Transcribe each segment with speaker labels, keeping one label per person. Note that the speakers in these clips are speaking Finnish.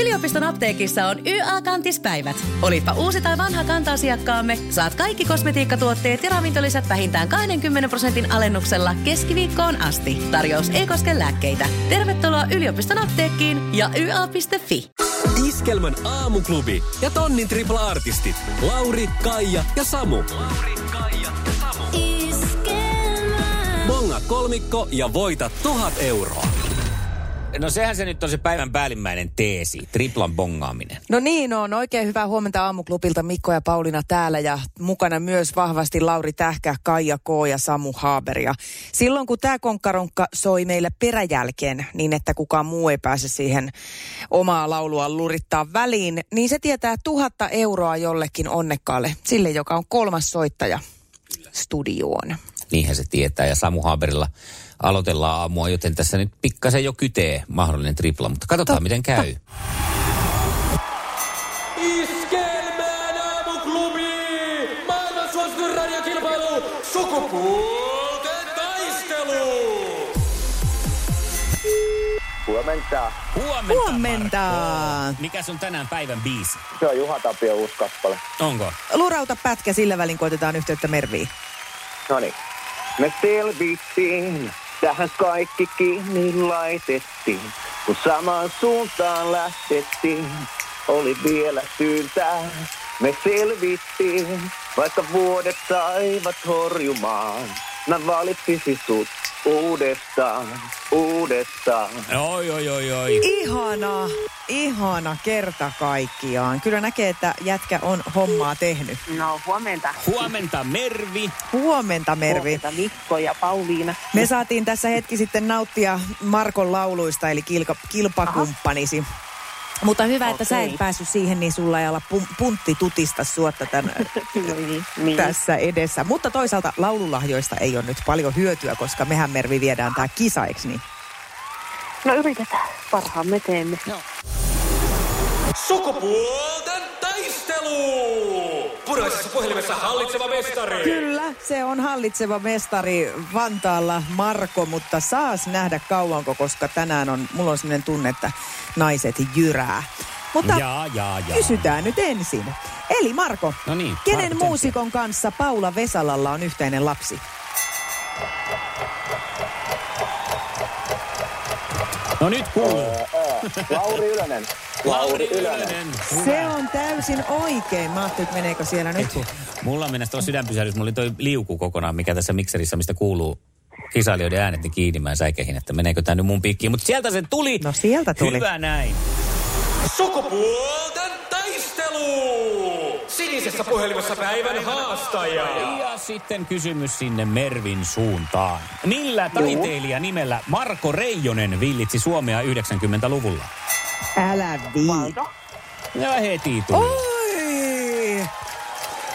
Speaker 1: Yliopiston apteekissa on YA-kantispäivät. Olipa uusi tai vanha kanta-asiakkaamme, saat kaikki kosmetiikkatuotteet ja ravintolisät vähintään 20 prosentin alennuksella keskiviikkoon asti. Tarjous ei koske lääkkeitä. Tervetuloa yliopiston apteekkiin ja YA.fi.
Speaker 2: Iskelmän aamuklubi ja tonnin tripla artistit Lauri, Kaija ja Samu. Lauri, Kaija ja Samu. Bonga kolmikko ja voita tuhat euroa.
Speaker 3: No sehän se nyt on se päivän päällimmäinen teesi, triplan bongaaminen.
Speaker 4: No niin on, oikein hyvää huomenta aamuklubilta Mikko ja Pauliina täällä ja mukana myös vahvasti Lauri Tähkä, Kaija K. ja Samu Haaber. Ja silloin kun tämä konkkaronkka soi meillä peräjälkeen niin, että kukaan muu ei pääse siihen omaa laulua lurittaa väliin, niin se tietää tuhatta euroa jollekin onnekkaalle, sille joka on kolmas soittaja studioon.
Speaker 3: Niinhän se tietää ja Samu Haaberilla aloitellaan aamua, joten tässä nyt pikkasen jo kytee mahdollinen tripla, mutta katsotaan
Speaker 4: Totta.
Speaker 3: miten käy.
Speaker 5: Iskelmään aamuklubi! Maailman suosituin radiokilpailu! Sukupuolten taistelu!
Speaker 6: Huomenta.
Speaker 3: Huomenta,
Speaker 4: Huomenta!
Speaker 3: Mikä on tänään päivän biisi?
Speaker 6: Se on Juha Tapio uusi kappale.
Speaker 3: Onko?
Speaker 4: Lurauta pätkä sillä välin, koitetaan yhteyttä Merviin.
Speaker 6: Noniin. Me selvittiin, tähän kaikki kiinni laitettiin. Kun samaan suuntaan lähtettiin, oli vielä syytä. Me selvittiin, vaikka vuodet saivat horjumaan. Mä valitsisin sut uudestaan, uudestaan.
Speaker 3: Oi, oi, oi, oi.
Speaker 4: Ihana, ihana kerta kaikkiaan. Kyllä näkee, että jätkä on hommaa tehnyt.
Speaker 7: No huomenta.
Speaker 3: Huomenta Mervi.
Speaker 4: Huomenta Mervi.
Speaker 7: Huomenta Mikko ja Pauliina.
Speaker 4: Me saatiin tässä hetki sitten nauttia Markon lauluista, eli kilka, kilpakumppanisi. Mutta hyvä, että sä et
Speaker 7: Okei.
Speaker 4: päässyt siihen, niin sulla ei olla pun- puntti tutista suotta tän,
Speaker 7: Niin, niin.
Speaker 4: tässä edessä. Mutta toisaalta laululahjoista ei ole nyt paljon hyötyä, koska mehän Mervi viedään tää kisaiksi. Niin.
Speaker 7: No yritetään. Parhaamme teemme.
Speaker 5: Sukupuolten taistelu! Punaisessa puhelimessa hallitseva mestari!
Speaker 4: Kyllä, se on hallitseva mestari Vantaalla Marko, mutta saas nähdä kauanko, koska tänään on, mulla on sellainen tunne, että naiset jyrää. Mutta
Speaker 3: Jaa, jaa, jaa.
Speaker 4: kysytään nyt ensin. Eli Marko,
Speaker 3: No niin,
Speaker 4: kenen
Speaker 3: Marko,
Speaker 4: muusikon kanssa Paula Vesalalla on yhteinen lapsi?
Speaker 3: No nyt kuuluu.
Speaker 6: Lauri Ylönen.
Speaker 3: Lauri Ylönen.
Speaker 4: Se on täysin oikein. Mä ajattelin, että meneekö siellä nyt.
Speaker 3: Mulla mennä tuolla sydänpysähdys. Mulla oli toi liuku kokonaan, mikä tässä mikserissä, mistä kuuluu kisailijoiden äänet, niin kiinni mä säikehin, että meneekö tämä nyt mun piikkiin. Mutta sieltä se tuli.
Speaker 4: No sieltä tuli.
Speaker 3: Hyvä näin.
Speaker 5: Sukupuolten taistelu! Sinisessä puhelimessa päivän haastaja!
Speaker 3: Ja sitten kysymys sinne Mervin suuntaan. Millä taiteilija nimellä Marko Reijonen villitsi Suomea 90-luvulla?
Speaker 4: Älä vii.
Speaker 3: Ja heti tuli.
Speaker 4: Oi!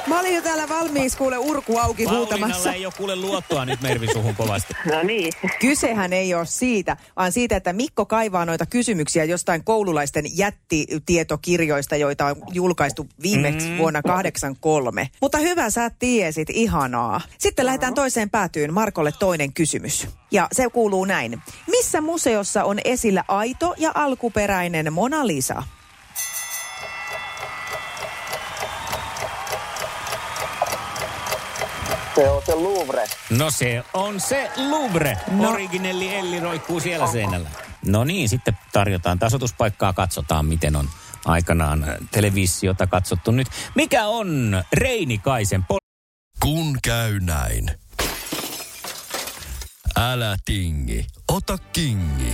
Speaker 4: Mä olin jo täällä valmiis kuule urku auki huutamassa.
Speaker 3: Pauliinalla ei ole kuule luottoa nyt Mervin suhun kovasti.
Speaker 7: No niin.
Speaker 4: Kysehän ei ole siitä, vaan siitä, että Mikko kaivaa noita kysymyksiä jostain koululaisten jättitietokirjoista, joita on julkaistu viimeksi mm. vuonna 83. Mutta hyvä, sä tiesit, ihanaa. Sitten lähdetään toiseen päätyyn, Markolle toinen kysymys. Ja se kuuluu näin. Missä museossa on esillä aito ja alkuperäinen Mona Lisa?
Speaker 6: Se on se Louvre.
Speaker 3: No se on se Louvre. No. Originelli Elli roikkuu siellä seinällä. No niin, sitten tarjotaan tasotuspaikkaa, katsotaan miten on aikanaan äh, televisiota katsottu nyt. Mikä on Reinikaisen pol-
Speaker 8: Kun käy näin. Älä tingi, ota kingi.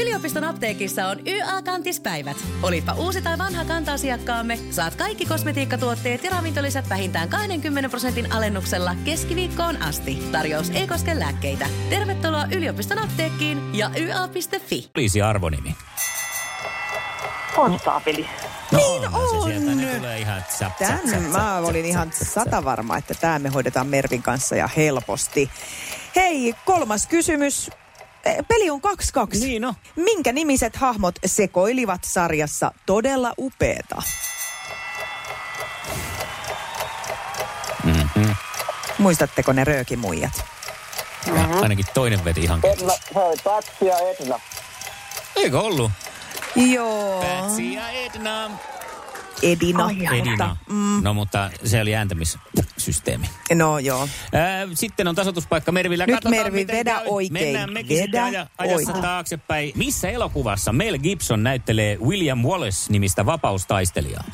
Speaker 1: Yliopiston apteekissa on YA-kantispäivät. Olipa uusi tai vanha kanta-asiakkaamme, saat kaikki kosmetiikkatuotteet ja ravintolisät vähintään 20 prosentin alennuksella keskiviikkoon asti. Tarjous ei koske lääkkeitä. Tervetuloa yliopiston apteekkiin ja YA.fi.
Speaker 3: poliisi arvonimi?
Speaker 7: Konstaapeli.
Speaker 3: No niin
Speaker 4: on.
Speaker 3: Se sieltä ne tulee ihan tsap, tsap, tsap,
Speaker 4: Tän mä
Speaker 3: tsap,
Speaker 4: olin
Speaker 3: tsap,
Speaker 4: ihan
Speaker 3: tsap, tsap.
Speaker 4: satavarma, että tämä me hoidetaan Mervin kanssa ja helposti. Hei, kolmas kysymys. Pe- Peli on 2-2.
Speaker 3: Niin on.
Speaker 4: Minkä nimiset hahmot sekoilivat sarjassa todella upeeta?
Speaker 3: Mm-hmm.
Speaker 4: Muistatteko ne röökimuijat?
Speaker 3: Ja ainakin toinen veti ihan.
Speaker 6: Edna, se oli Patsi ja Edna.
Speaker 3: Eikö ollut?
Speaker 4: Joo.
Speaker 3: Patsy ja Edna.
Speaker 4: Edina.
Speaker 3: Edina.
Speaker 4: Mm.
Speaker 3: No mutta se oli ääntämissysteemi.
Speaker 4: No joo.
Speaker 3: Ää, Äh, Sitten on tasotuspaikka Mervillä.
Speaker 4: Nyt
Speaker 3: Katsotaan,
Speaker 4: Mervi,
Speaker 3: miten
Speaker 4: vedä
Speaker 3: käy.
Speaker 4: oikein.
Speaker 3: Mennään mekin
Speaker 4: Vedä
Speaker 3: sitten aja- ajassa
Speaker 4: oikein.
Speaker 3: taaksepäin. Missä elokuvassa Mel Gibson näyttelee William Wallace-nimistä vapaustaistelijaa?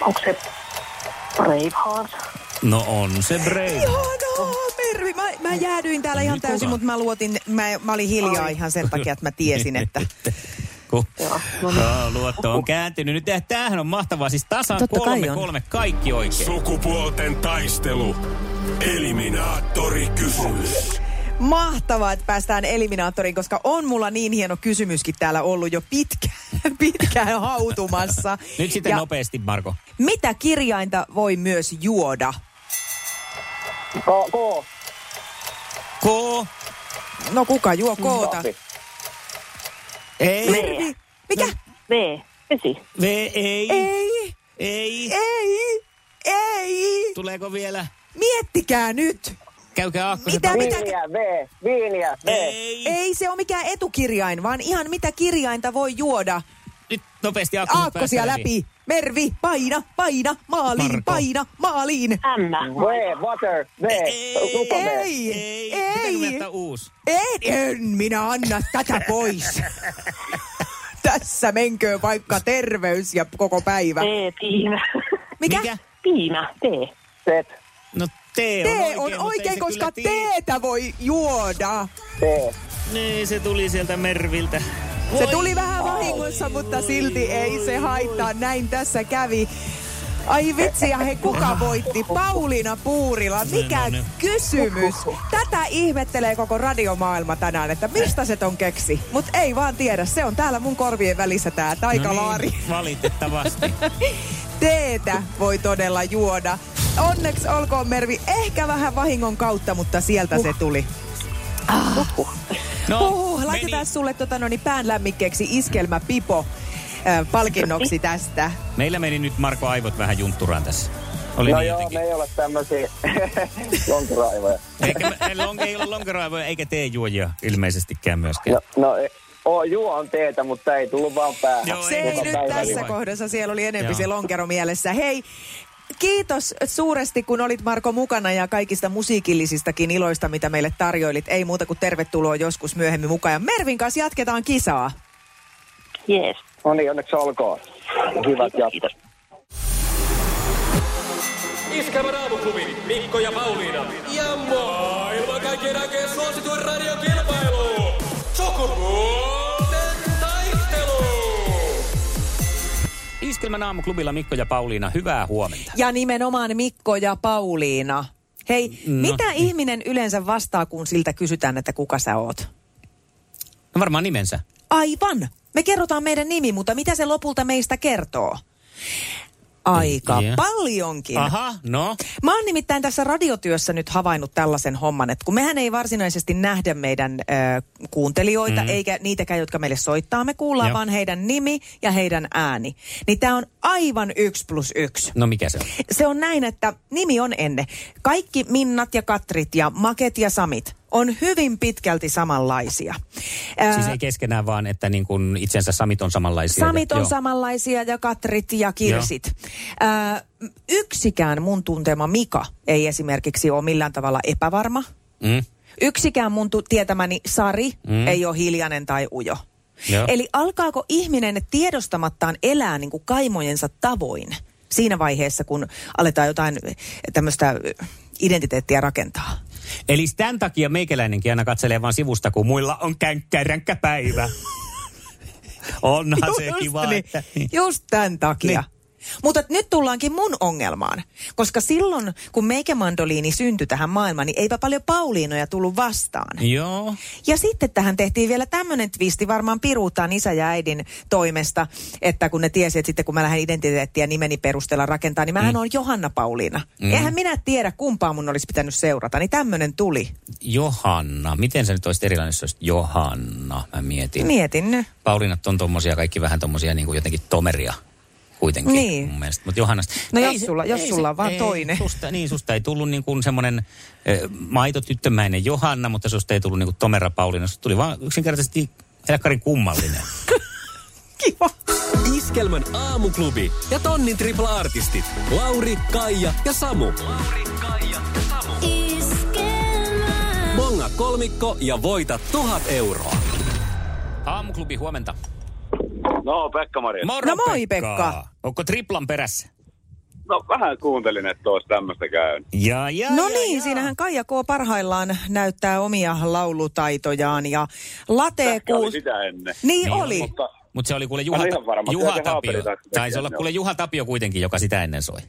Speaker 7: Onko se Braveheart?
Speaker 3: No on se Brave.
Speaker 4: Ihanaa, Mervi. Mä, mä jäädyin täällä ihan
Speaker 3: Nyt
Speaker 4: täysin,
Speaker 3: kuka?
Speaker 4: mutta mä luotin, mä, mä olin hiljaa ihan sen takia, että mä tiesin, että...
Speaker 3: Kun
Speaker 7: Joo. No, niin.
Speaker 3: no, luotto on kääntynyt. Nyt tää- tämähän on mahtavaa. Siis tasan
Speaker 4: Totta kai
Speaker 3: kolme,
Speaker 4: on.
Speaker 3: kolme. Kaikki oikein.
Speaker 5: Sukupuolten taistelu. Eliminaattori kysymys.
Speaker 4: Mahtavaa, että päästään eliminaattoriin, koska on mulla niin hieno kysymyskin täällä ollut jo pitkään, pitkään hautumassa.
Speaker 3: Nyt sitten
Speaker 4: ja
Speaker 3: nopeasti, Marko.
Speaker 4: Mitä kirjainta voi myös juoda?
Speaker 6: Ko, ko,
Speaker 3: K.
Speaker 4: No kuka juo koota?
Speaker 6: Lappi.
Speaker 4: E,
Speaker 3: Ei.
Speaker 4: Mervi. Mikä?
Speaker 7: B. Vesi.
Speaker 3: V.
Speaker 4: E,
Speaker 3: Ei.
Speaker 4: Ei,
Speaker 3: Ei.
Speaker 4: E. ei, ei.
Speaker 3: Tuleeko vielä?
Speaker 4: Miettikää nyt.
Speaker 3: Käykää aakkoset.
Speaker 4: Mitä, E, mitä?
Speaker 6: Viiniä, V, viiniä, V.
Speaker 3: Ei.
Speaker 4: Ei se ole mikään etukirjain, vaan ihan mitä kirjainta voi juoda.
Speaker 3: Nyt nopeasti aakkoset
Speaker 4: Aakkosia
Speaker 3: päästä
Speaker 4: läpi. Mervi, paina, paina, maaliin,
Speaker 3: Marko.
Speaker 4: paina, maaliin.
Speaker 7: M.
Speaker 6: No. V, water, V, lupa V.
Speaker 4: Ei,
Speaker 3: Ei. Pitääkö me
Speaker 4: ei,
Speaker 3: ottaa uusi?
Speaker 4: en, en minä anna tätä pois. Tässä menköön vaikka terveys ja koko päivä.
Speaker 7: T. Tiina.
Speaker 4: Mikä?
Speaker 7: Tiina. T.
Speaker 6: Set,
Speaker 3: No tee on oikein,
Speaker 4: Tee on
Speaker 3: mutta ei
Speaker 4: oikein,
Speaker 3: se
Speaker 4: koska
Speaker 3: kyllä tii-
Speaker 4: teetä voi juoda.
Speaker 6: T.
Speaker 3: Niin, se tuli sieltä Merviltä.
Speaker 4: Se tuli vähän vahingossa, mutta silti ei se haittaa. Näin tässä kävi. Ai vitsi, ja he kuka voitti? Pauliina Puurila, mikä
Speaker 3: No niin.
Speaker 4: kysymys? Tätä ihmettelee koko radiomaailma tänään, että mistä se ton keksi? Mut ei vaan tiedä, se on täällä mun korvien välissä tää taikalaari.
Speaker 3: niin, valitettavasti.
Speaker 4: Teetä voi todella juoda. Onneksi olkoon Mervi, ehkä vähän vahingon kautta, mutta sieltä se tuli.
Speaker 3: No,
Speaker 4: Huhhuh, laitetaan
Speaker 3: meni.
Speaker 4: sulle tota, no niin, päänlämmikkeeksi iskelmä pipo äh, palkinnoksi tästä.
Speaker 3: Meillä meni nyt Marko aivot vähän juntturaan tässä. Oli
Speaker 6: No
Speaker 3: niin
Speaker 6: joo,
Speaker 3: jotenkin.
Speaker 6: me ei ole tämmösiä jonkuraivoja.
Speaker 3: Eikä, me- ei, long, ei ole lonkeraivoja eikä teejuojia ilmeisestikään myöskään.
Speaker 6: No, no ei- oo, juo on teetä, mutta ei tullut vaan päähän.
Speaker 3: Joo,
Speaker 4: Se
Speaker 3: ei
Speaker 4: ei
Speaker 3: muuta
Speaker 4: nyt
Speaker 3: päivää
Speaker 4: tässä
Speaker 3: vai?
Speaker 4: kohdassa, siellä oli enempi
Speaker 3: Joo.
Speaker 4: se lonkero mielessä. Hei, kiitos suuresti, kun olit Marko mukana ja kaikista musiikillisistakin iloista, mitä meille tarjoilit. Ei muuta kuin tervetuloa joskus myöhemmin mukaan. Ja Mervin kanssa jatketaan kisaa.
Speaker 7: Jees.
Speaker 6: No niin, onneksi olkoon. Hyvät jatkot.
Speaker 5: Iskelmän aamuklubi Mikko ja Pauliina. Ja maailman kaikkien aikeen suosituen radiokilpailu. Sukupuolten taistelu.
Speaker 3: Iskelmän aamuklubilla Mikko ja Pauliina, hyvää huomenta.
Speaker 4: Ja nimenomaan Mikko ja Pauliina. Hei, no, mitä niin. ihminen yleensä vastaa, kun siltä kysytään, että kuka sä oot?
Speaker 3: No varmaan nimensä.
Speaker 4: Aivan. Me kerrotaan meidän nimi, mutta mitä se lopulta meistä kertoo? Aika
Speaker 3: Joo.
Speaker 4: paljonkin.
Speaker 3: Aha, no.
Speaker 4: Mä oon nimittäin tässä radiotyössä nyt havainnut tällaisen homman, että kun mehän ei varsinaisesti nähdä meidän ö, kuuntelijoita, mm-hmm. eikä niitäkään, jotka meille soittaa, me kuullaan
Speaker 3: Joo.
Speaker 4: Joo. vaan heidän nimi ja heidän ääni. Niin tää on aivan yksi plus yksi.
Speaker 3: No mikä se on?
Speaker 4: Se on näin, että nimi on ennen. Kaikki Minnat ja Katrit ja Maket ja Samit on hyvin pitkälti samanlaisia. Ää,
Speaker 3: Siis ei keskenään vaan, että niin kun itsensä Samit on samanlaisia.
Speaker 4: Samit on
Speaker 3: Joo.
Speaker 4: samanlaisia ja Katrit ja Kirsit. Ää, yksikään mun tuntema Mika ei esimerkiksi ole millään tavalla epävarma.
Speaker 3: Mm.
Speaker 4: Yksikään mun tu- tietämäni Sari mm. ei ole hiljainen tai ujo.
Speaker 3: Joo.
Speaker 4: Eli alkaako ihminen tiedostamattaan elää niin kuin kaimojensa tavoin siinä vaiheessa, kun aletaan jotain tämmöistä identiteettiä rakentaa?
Speaker 3: Eli tämän takia meikäläinenkin aina katselee vaan sivusta, kun muilla on känkkäränkkä päivä. Onhan se
Speaker 4: Just
Speaker 3: Ah, kiva,
Speaker 4: niin.
Speaker 3: että...
Speaker 4: Just tämän takia.
Speaker 3: Niin.
Speaker 4: Mutta et nyt tullaankin mun ongelmaan, koska silloin kun meikä mandoliini syntyi tähän maailmaan, niin eipä paljon Pauliinoja tullut vastaan.
Speaker 3: Joo.
Speaker 4: Ja sitten tähän tehtiin vielä tämmöinen twisti varmaan piruuttaan isä ja äidin toimesta, että kun ne tiesi, että sitten kun mä lähden identiteettiä ja nimeni perusteella rakentaa, niin mähän mm. on Johanna Pauliina. Mm. Eihän minä tiedä, kumpaa mun olisi pitänyt seurata, niin tämmöinen tuli.
Speaker 3: Johanna. Miten se nyt olisi erilainen, jos se olisi Johanna? Mä mietin.
Speaker 4: Mietin nyt.
Speaker 3: Pauliinat on tommosia, kaikki vähän tommosia niin kuin jotenkin tomeria kuitenkin
Speaker 4: Niin.
Speaker 3: mun mielestä. Mutta Johannasta...
Speaker 4: No
Speaker 3: Ei
Speaker 4: jos
Speaker 3: se-
Speaker 4: sulla- jos
Speaker 3: ei
Speaker 4: sulla on vaan
Speaker 3: ei,
Speaker 4: toinen.
Speaker 3: Susta, niin, susta ei tullut niin kuin semmoinen ö, maitotyttömäinen Johanna, mutta susta ei tullut niin kuin Tomera Pauliina. Susta tuli vaan yksinkertaisesti helkkarin kummallinen.
Speaker 4: Kiva.
Speaker 2: Iskelmän aamuklubi ja tonnin tripla artistit Lauri, Kaija ja Samu. Lauri, Kaija ja Samu. Bonga kolmikko ja voita tuhat euroa.
Speaker 3: Aamuklubi, huomenta.
Speaker 9: No, Pekka Maria.
Speaker 3: Moro
Speaker 4: No moi, Pekka.
Speaker 3: Onko triplan perässä?
Speaker 9: No, vähän kuuntelin, että olisi tämmöistä käynyt.
Speaker 3: Ja, ja,
Speaker 4: No
Speaker 3: ja,
Speaker 4: niin,
Speaker 3: ja.
Speaker 4: siinähän Kaija K. parhaillaan näyttää omia laulutaitojaan ja latee
Speaker 9: Ehkä oli
Speaker 4: kuus...
Speaker 9: sitä ennen.
Speaker 4: Niin oli.
Speaker 9: Mutta
Speaker 3: Mutta se oli kuule Juha,
Speaker 9: Mä olen ihan varma, että
Speaker 3: Juha
Speaker 9: kyllä se
Speaker 3: Tapio.
Speaker 9: Haaperi
Speaker 3: Taisi
Speaker 9: taisi
Speaker 3: olla
Speaker 9: tehdä,
Speaker 3: kuule Juha Tapio kuitenkin, joka sitä ennen soi.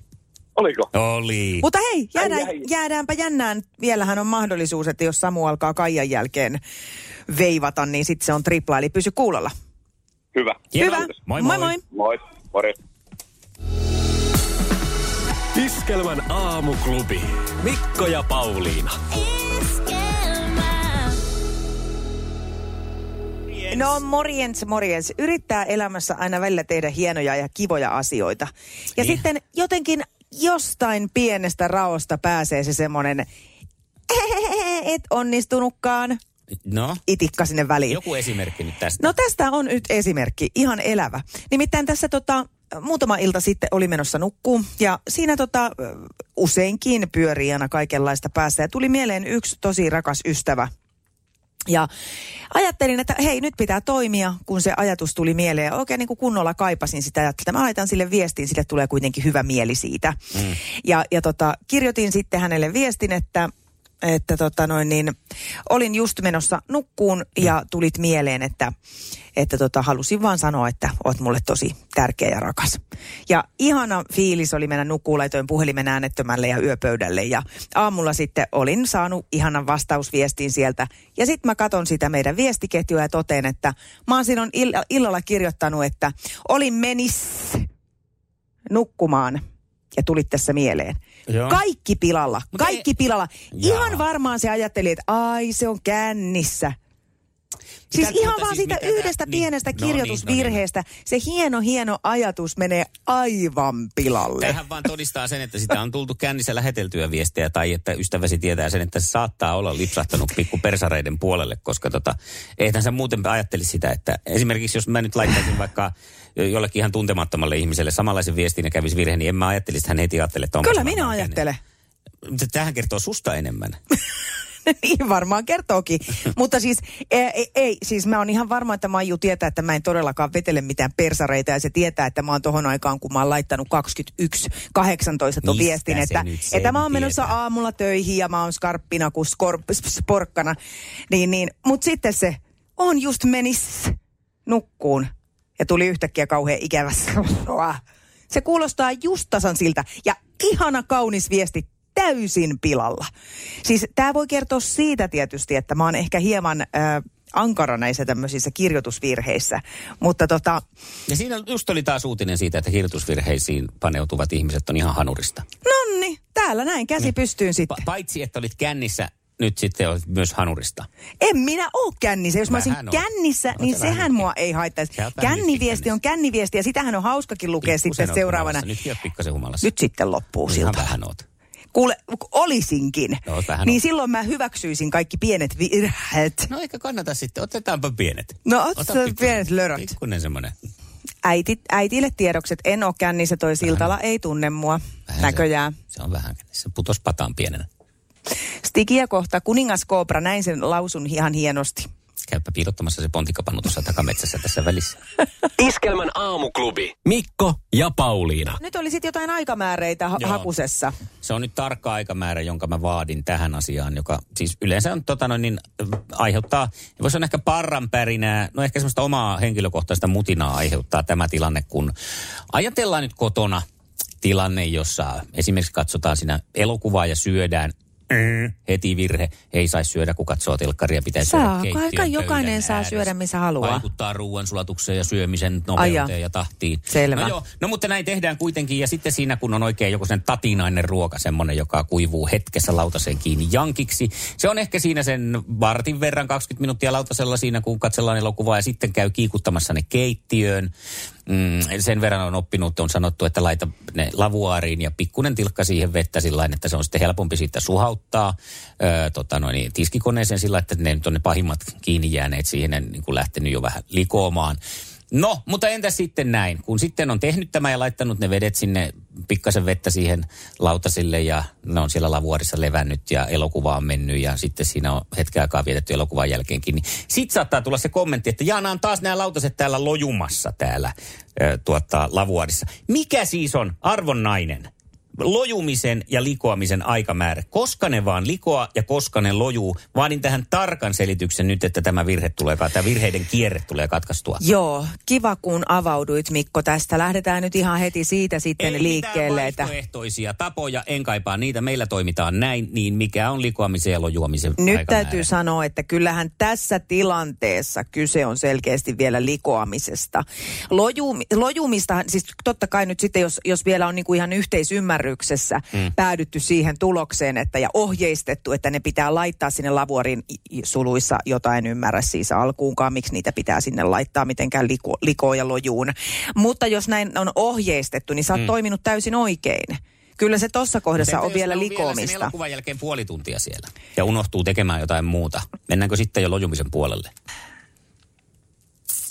Speaker 9: oliko?
Speaker 3: Oli.
Speaker 4: Mutta hei, jäädään,
Speaker 9: Ai, ai.
Speaker 4: jäädäänpä jännään. Vielähän on mahdollisuus, että jos Samu alkaa Kaijan jälkeen veivata, niin sitten se on tripla, eli pysy kuulolla.
Speaker 9: Hyvä.
Speaker 3: Hienoa.
Speaker 4: Hyvä.
Speaker 3: Moi moi.
Speaker 4: moi.
Speaker 9: Moi. Mori.
Speaker 2: Iskelmän aamuklubi. Mikko ja Pauliina.
Speaker 4: No morjens, morjens. Yrittää elämässä aina välillä tehdä hienoja ja kivoja asioita. Ja
Speaker 3: Niin.
Speaker 4: sitten jotenkin jostain pienestä raosta pääsee se semmoinen, et onnistunutkaan,
Speaker 3: No,
Speaker 4: itikka sinne väliin.
Speaker 3: joku esimerkki nyt tästä.
Speaker 4: No tästä on nyt esimerkki, ihan elävä. Nimittäin tässä tota, muutama ilta sitten oli menossa nukkuun ja siinä tota, ö, useinkin pyörii aina kaikenlaista päässä ja tuli mieleen yksi tosi rakas ystävä. Ja ajattelin, että hei, nyt pitää toimia, kun se ajatus tuli mieleen. Ja Oikein niin kuin kunnolla kaipasin sitä ja että mä laitan sille viestin, sille tulee kuitenkin hyvä mieli siitä. Mm. Ja, ja tota, kirjoitin sitten hänelle viestin, että että tota noin niin, olin just menossa nukkuun ja tulit mieleen, että, että tota, halusin vaan sanoa, että oot mulle tosi tärkeä ja rakas. Ja ihana fiilis oli mennä nukkuun, laitoin puhelimen äänettömälle ja yöpöydälle ja aamulla sitten olin saanut ihanan vastausviestin sieltä. Ja sitten mä katon sitä meidän viestiketjua ja totean, että mä oon silloin ill- illalla kirjoittanut, että olin menis nukkumaan ja tulit tässä mieleen.
Speaker 3: Joo.
Speaker 4: Kaikki pilalla,
Speaker 3: Mutta
Speaker 4: kaikki
Speaker 3: ei-
Speaker 4: pilalla.
Speaker 3: Jaa.
Speaker 4: Ihan varmaan se ajatteli, että ai se on kännissä. Siis
Speaker 3: Mitä-
Speaker 4: ihan
Speaker 3: mutta
Speaker 4: vaan
Speaker 3: siis
Speaker 4: siitä
Speaker 3: mitä tää-
Speaker 4: yhdestä
Speaker 3: niin.
Speaker 4: pienestä
Speaker 3: No niin, no niin.
Speaker 4: kirjoitusvirheestä se hieno hieno ajatus menee aivan pilalle.
Speaker 3: Tähän vaan todistaa sen, että sitä on tultu kännissä läheteltyä viestejä tai että ystäväsi tietää sen, että se saattaa olla lipsahtanut pikku persareiden puolelle, koska tota, eihän sä muuten ajattelisi sitä, että esimerkiksi jos mä nyt laittaisin vaikka jollekin ihan tuntemattomalle ihmiselle samanlaisen viestin ja kävisi virhe, niin en mä ajattelisi, että hän heti ajattelee, että onko
Speaker 4: Kyllä
Speaker 3: se
Speaker 4: minä
Speaker 3: varmaan
Speaker 4: ajattelen.
Speaker 3: känni. Mutta Tähän kertoo susta enemmän.
Speaker 4: niin varmaan kertookin. Mutta siis ei, ei, ei, siis mä oon ihan varma, että Maiju tietää, että mä en todellakaan vetele mitään persareita ja se tietää, että mä oon tohon aikaan, kun mä oon laittanut 21, 18 ton
Speaker 3: Mistä
Speaker 4: viestin,
Speaker 3: se
Speaker 4: että,
Speaker 3: nyt sen
Speaker 4: että mä oon menossa
Speaker 3: tietää?
Speaker 4: aamulla töihin ja mä oon skarppina kuin skor, ps- sporkkana. Niin, niin. Mutta sitten se on just menis nukkuun ja tuli yhtäkkiä kauhean ikävä sanoa. Se kuulostaa just tasan siltä ja ihana kaunis viesti täysin pilalla. Siis tämä voi kertoa siitä tietysti, että mä oon ehkä hieman äh, ankara näissä tämmöisissä kirjoitusvirheissä, mutta tota,
Speaker 3: Ja siinä just oli taas uutinen siitä, että kirjoitusvirheisiin paneutuvat ihmiset on ihan hanurista.
Speaker 4: nonni, mm, niin, täällä näin käsi pystyyn
Speaker 3: Mm. Pa-
Speaker 4: sitten.
Speaker 3: paitsi, että olit kännissä, nyt sitten olet myös hanurista.
Speaker 4: En minä oo kännissä. Jos mä olisin
Speaker 3: Vähän oot.
Speaker 4: kännissä,
Speaker 3: Oot
Speaker 4: niin
Speaker 3: sä
Speaker 4: sehän
Speaker 3: vähän
Speaker 4: mua ei haittaisi.
Speaker 3: Sä oot vähän
Speaker 4: Känniviesti
Speaker 3: nytkin
Speaker 4: on känniviesti ja sitähän on hauskakin lukea
Speaker 3: Pikkusen
Speaker 4: sitten
Speaker 3: oot
Speaker 4: seuraavana.
Speaker 3: humalassa. Nytkin olet pikkasen humalassa.
Speaker 4: Nyt sitten loppuu
Speaker 3: Ihan
Speaker 4: siltä.
Speaker 3: vähän Niin oot.
Speaker 4: Kuule, olisinkin.
Speaker 3: Joo, vähän
Speaker 4: niin
Speaker 3: on.
Speaker 4: silloin mä hyväksyisin kaikki pienet virheet.
Speaker 3: No eikä kannata sitten, otetaanpa pienet.
Speaker 4: No, ot sä
Speaker 3: pikkunen-
Speaker 4: pienet löröt.
Speaker 3: Pikkunen semmoinen.
Speaker 4: Äiti, äitille tiedokset, en oo kännissä, toi Siltala ei tunne mua
Speaker 3: Vähän
Speaker 4: näköjään.
Speaker 3: Se, se on vähän, se putos pataan pienenä.
Speaker 4: Stikiä kohta, kuningas Koopra, näin sen lausun ihan hienosti.
Speaker 3: Käypä piilottamassa se pontikapanu tuossa takametsässä tässä välissä.
Speaker 2: Iskelmän aamuklubi. Mikko ja Pauliina.
Speaker 4: Nyt oli sitten jotain aikamääreitä ha-
Speaker 3: Joo.
Speaker 4: hakusessa.
Speaker 3: Se on nyt tarkka aikamäärä, jonka mä vaadin tähän asiaan, joka siis yleensä on, tota noin, niin, äh, aiheuttaa, voisi sanoa ehkä parran pärinää, no ehkä semmoista omaa henkilökohtaista mutinaa aiheuttaa tämä tilanne, kun ajatellaan nyt kotona tilanne, jossa esimerkiksi katsotaan siinä elokuvaa ja syödään Mm, heti virhe. Ei saisi syödä, kun katsoo telkkaria. Pitäisi
Speaker 4: Saa,
Speaker 3: syödä
Speaker 4: kai-
Speaker 3: keittiön
Speaker 4: kai jokainen
Speaker 3: pöydän
Speaker 4: saa
Speaker 3: ääressä.
Speaker 4: syödä, missä haluaa.
Speaker 3: Vaikuttaa ruoansulatukseen ja syömisen
Speaker 4: Ai
Speaker 3: nopeuteen
Speaker 4: jaa.
Speaker 3: ja tahtiin.
Speaker 4: Selvä.
Speaker 3: No, joo, no mutta näin tehdään kuitenkin. Ja sitten siinä, kun on oikein joku sen tatinainen ruoka, semmoinen, joka kuivuu hetkessä lautaseen kiinni jankiksi. Se on ehkä siinä sen vartin verran, 20 minuuttia lautasella siinä, kun katsellaan elokuvaa ja sitten käy kiikuttamassa ne keittiöön. Mm, sen verran on oppinut, on sanottu, että laita ne lavuaariin ja pikkunen tilkka siihen vettä sillä lailla, että se on sitten helpompi siitä suhauttaa öö, tota noin, tiskikoneeseen sillä lailla, että ne nyt on ne pahimmat kiinni jääneet siihen, ne niin kuin lähtenyt jo vähän likoomaan. No, mutta entä sitten näin, kun sitten on tehnyt tämä ja laittanut ne vedet sinne, pikkasen vettä siihen lautasille ja ne on siellä lavuarissa levännyt ja elokuva on mennyt ja sitten siinä on hetken aikaa vietetty elokuvan jälkeenkin, niin sitten saattaa tulla se kommentti, että Jaana on taas nämä lautaset täällä lojumassa täällä ö, tuottaa lavuarissa. Mikä siis on arvon nainen? lojumisen ja likoamisen aikamäärä. Koska ne vaan likoa ja koska ne lojuu. Vaadin tähän tarkan selityksen nyt, että tämä virhe tulee, tämä virheiden kierre tulee katkaistua.
Speaker 4: Joo, kiva kun avauduit Mikko tästä. Lähdetään nyt ihan heti siitä sitten
Speaker 3: Ei
Speaker 4: liikkeelle. Että
Speaker 3: mitään vaihtoehtoisia tapoja, en kaipaa niitä. Meillä toimitaan näin, niin mikä on likoamisen ja lojuamisen
Speaker 4: nyt
Speaker 3: aikamäärä?
Speaker 4: täytyy sanoa, että kyllähän tässä tilanteessa kyse on selkeästi vielä likoamisesta. Lojumi, lojumista, siis totta kai nyt sitten, jos, jos vielä on niin kuin ihan yhteisymmärryksessä mm. päädytty siihen tulokseen että ja ohjeistettu, että ne pitää laittaa sinne lavuorin i- i- suluissa, jota en ymmärrä siis alkuunkaan, miksi niitä pitää sinne laittaa mitenkään liko, likoon ja lojuun. Mutta jos näin on ohjeistettu, niin sä oot mm. toiminut täysin oikein. Kyllä se tuossa kohdassa
Speaker 3: Entä
Speaker 4: on
Speaker 3: jos ne
Speaker 4: vielä
Speaker 3: on Vielä sen
Speaker 4: likoamista.
Speaker 3: elokuvan jälkeen puoli tuntia siellä ja unohtuu tekemään jotain muuta. Mennäänkö sitten jo lojumisen puolelle?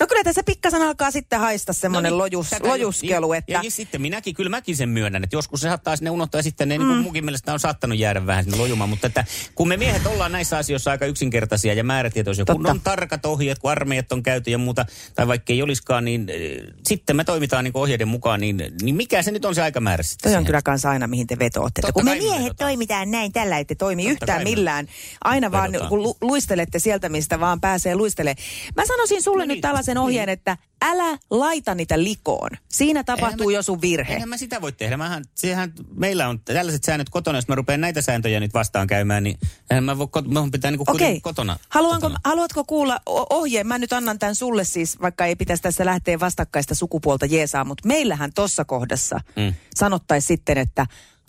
Speaker 4: No kyllä tässä pikkasen alkaa sitten haista semmoinen no niin, lojus,
Speaker 3: tätä
Speaker 4: lojuskelu,
Speaker 3: just-
Speaker 4: että
Speaker 3: Ja, ja sitten minäkin, kyllä mäkin sen myönnän, että joskus se saattaa sinne unohtaa ja sitten ne mm. niin munkin mielestä on saattanut jäädä vähän sinne lojumaan. Mutta että kun me miehet ollaan näissä asioissa aika yksinkertaisia ja määrätietoisia, kun
Speaker 4: Totta.
Speaker 3: on tarkat ohjeet, kun armeijat on käyty ja muuta, tai vaikka ei olisikaan, niin äh, sitten me toimitaan niin ohjeiden mukaan, niin, niin mikä se nyt on se aikamäärä sitten?
Speaker 4: toi on
Speaker 3: siihen?
Speaker 4: kyllä kanssa aina mihin te vetootte.
Speaker 3: Totta
Speaker 4: Että kun me
Speaker 3: kai me
Speaker 4: miehet
Speaker 3: vedotaan.
Speaker 4: toimitaan näin tällä, ette toimi
Speaker 3: Totta
Speaker 4: yhtään
Speaker 3: kai me
Speaker 4: millään. Aina vaan
Speaker 3: vedotaan.
Speaker 4: kun lu- luistelette sieltä, mistä vaan pääsee luistele. Mä sanoisin sulle
Speaker 3: No
Speaker 4: nyt
Speaker 3: niin,
Speaker 4: tällaisen ohjeen, että älä laita niitä likoon. Siinä tapahtuu
Speaker 3: Eihän mä-
Speaker 4: jo sun virhe.
Speaker 3: Eihän mä sitä voi tehdä. Mähän, sehän, meillä on tällaiset säännöt kotona. Jos mä rupean näitä sääntöjä nyt vastaan käymään, niin eihän mä voi, kot- mun pitää niin kuin
Speaker 4: Okei.
Speaker 3: kotona.
Speaker 4: Haluanko,
Speaker 3: kotona.
Speaker 4: haluatko kuulla o- ohjeen? Mä nyt annan tämän sulle siis, vaikka ei pitäisi tässä lähteä vastakkaista sukupuolta jeesaa, mutta meillähän tossa kohdassa mm. sanottaisiin sitten, että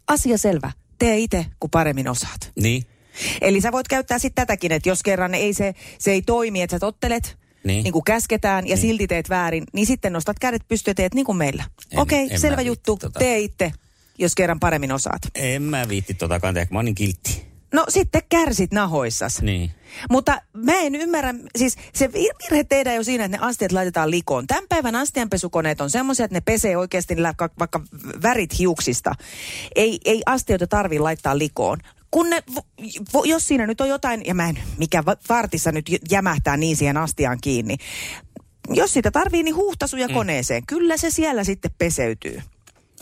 Speaker 4: asia selvä, tee itse, kun paremmin osaat.
Speaker 3: Niin.
Speaker 4: Eli sä voit käyttää sitten tätäkin, että jos kerran ei se, se ei toimi, että sä tottelet,
Speaker 3: Niin.
Speaker 4: niin. niin kuin käsketään ja niin. silti teet väärin, niin sitten nostat kädet pystyyn ja teet niin kuin meillä.
Speaker 3: En-
Speaker 4: Okei,
Speaker 3: en mä
Speaker 4: okay, selvä
Speaker 3: viitti
Speaker 4: juttu,
Speaker 3: tota.
Speaker 4: tota. tee itse, jos kerran paremmin osaat.
Speaker 3: En mä viitti totakaan tehdä, kun mä oon niin kiltti.
Speaker 4: No sitten kärsit nahoissas.
Speaker 3: Niin.
Speaker 4: Mutta mä en ymmärrä, siis se vir- virhe tehdään jo siinä, että ne astiat laitetaan likoon. Tämän päivän astianpesukoneet on semmoisia, että ne pesee oikeasti niillä ka- vaikka värit hiuksista. Ei, ei astioita tarvii laittaa likoon. Kun ne, vo- vo- jos siinä nyt on jotain, ja mä en, mikä va- vartissa nyt j- jämähtää niin siihen astiaan kiinni. Jos sitä tarvii, niin huuhtasuja mm. koneeseen. Kyllä se siellä sitten peseytyy.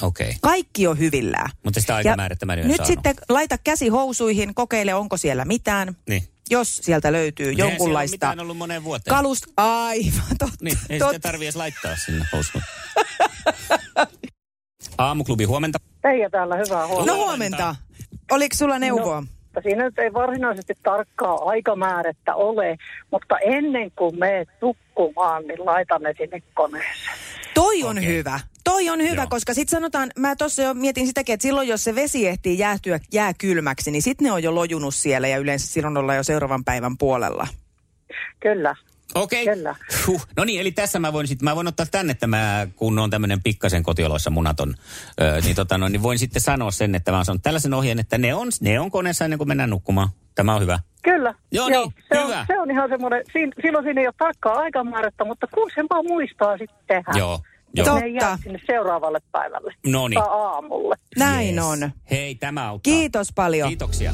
Speaker 3: Okei. Okay.
Speaker 4: Kaikki on hyvillään.
Speaker 3: Mutta sitä
Speaker 4: Ja
Speaker 3: aikamäärättä mä en yhden
Speaker 4: Nyt
Speaker 3: saanut.
Speaker 4: sitten laita käsi housuihin, kokeile onko siellä mitään.
Speaker 3: Niin.
Speaker 4: Jos sieltä löytyy
Speaker 3: siellä ole
Speaker 4: jonkunlaista
Speaker 3: mitään ollut moneen vuoteen.
Speaker 4: kalusta. Aivan totta.
Speaker 3: Niin, ei sitä
Speaker 4: totta.
Speaker 3: tarvii edes laittaa sinne housuun. Aamuklubi, huomenta.
Speaker 6: Teija täällä, hyvää huomenta.
Speaker 4: No huomenta. Oliko sulla neuvoa? No.
Speaker 6: No, siinä nyt ei varsinaisesti tarkkaa aikamäärettä ole, mutta ennen kuin meet tukkumaan, niin laita ne sinne koneeseen.
Speaker 4: Toi on okay. hyvä. Toi on hyvä,
Speaker 3: Joo.
Speaker 4: Joo. koska sitten sanotaan, mä tuossa jo mietin sitäkin, että silloin jos se vesi ehtii jäähtyä jää kylmäksi, niin sitten ne on jo lojunut siellä ja yleensä silloin ollaan jo seuraavan päivän puolella.
Speaker 6: Kyllä.
Speaker 3: Okei.
Speaker 6: Kyllä.
Speaker 3: Huh. No niin, eli tässä mä voin, sit, mä voin ottaa tänne tämä, kun on tämmöinen pikkasen kotioloissa munaton, öö, niin, tota, no, niin voin sitten sanoa sen, että mä oon saanut tällaisen ohjeen, että ne on, ne on koneessa ennen kuin mennään nukkumaan. Tämä on hyvä.
Speaker 6: Kyllä.
Speaker 3: Joo, niin,
Speaker 6: se,
Speaker 3: hyvä.
Speaker 6: On, se on ihan semmoinen, siin, silloin siinä ei ole tarkkaa aikamäärättä, mutta kun sen vaan muistaa sitten tehdä.
Speaker 4: Ah.
Speaker 3: Joo.
Speaker 6: Että
Speaker 3: Joo.
Speaker 6: Ne ei jää
Speaker 4: Totta.
Speaker 6: sinne seuraavalle päivälle.
Speaker 3: No niin.
Speaker 6: Tai aamulle.
Speaker 4: Näin
Speaker 3: Yes.
Speaker 4: on.
Speaker 3: Hei, tämä auttaa.
Speaker 4: Kiitos paljon.
Speaker 3: Kiitoksia.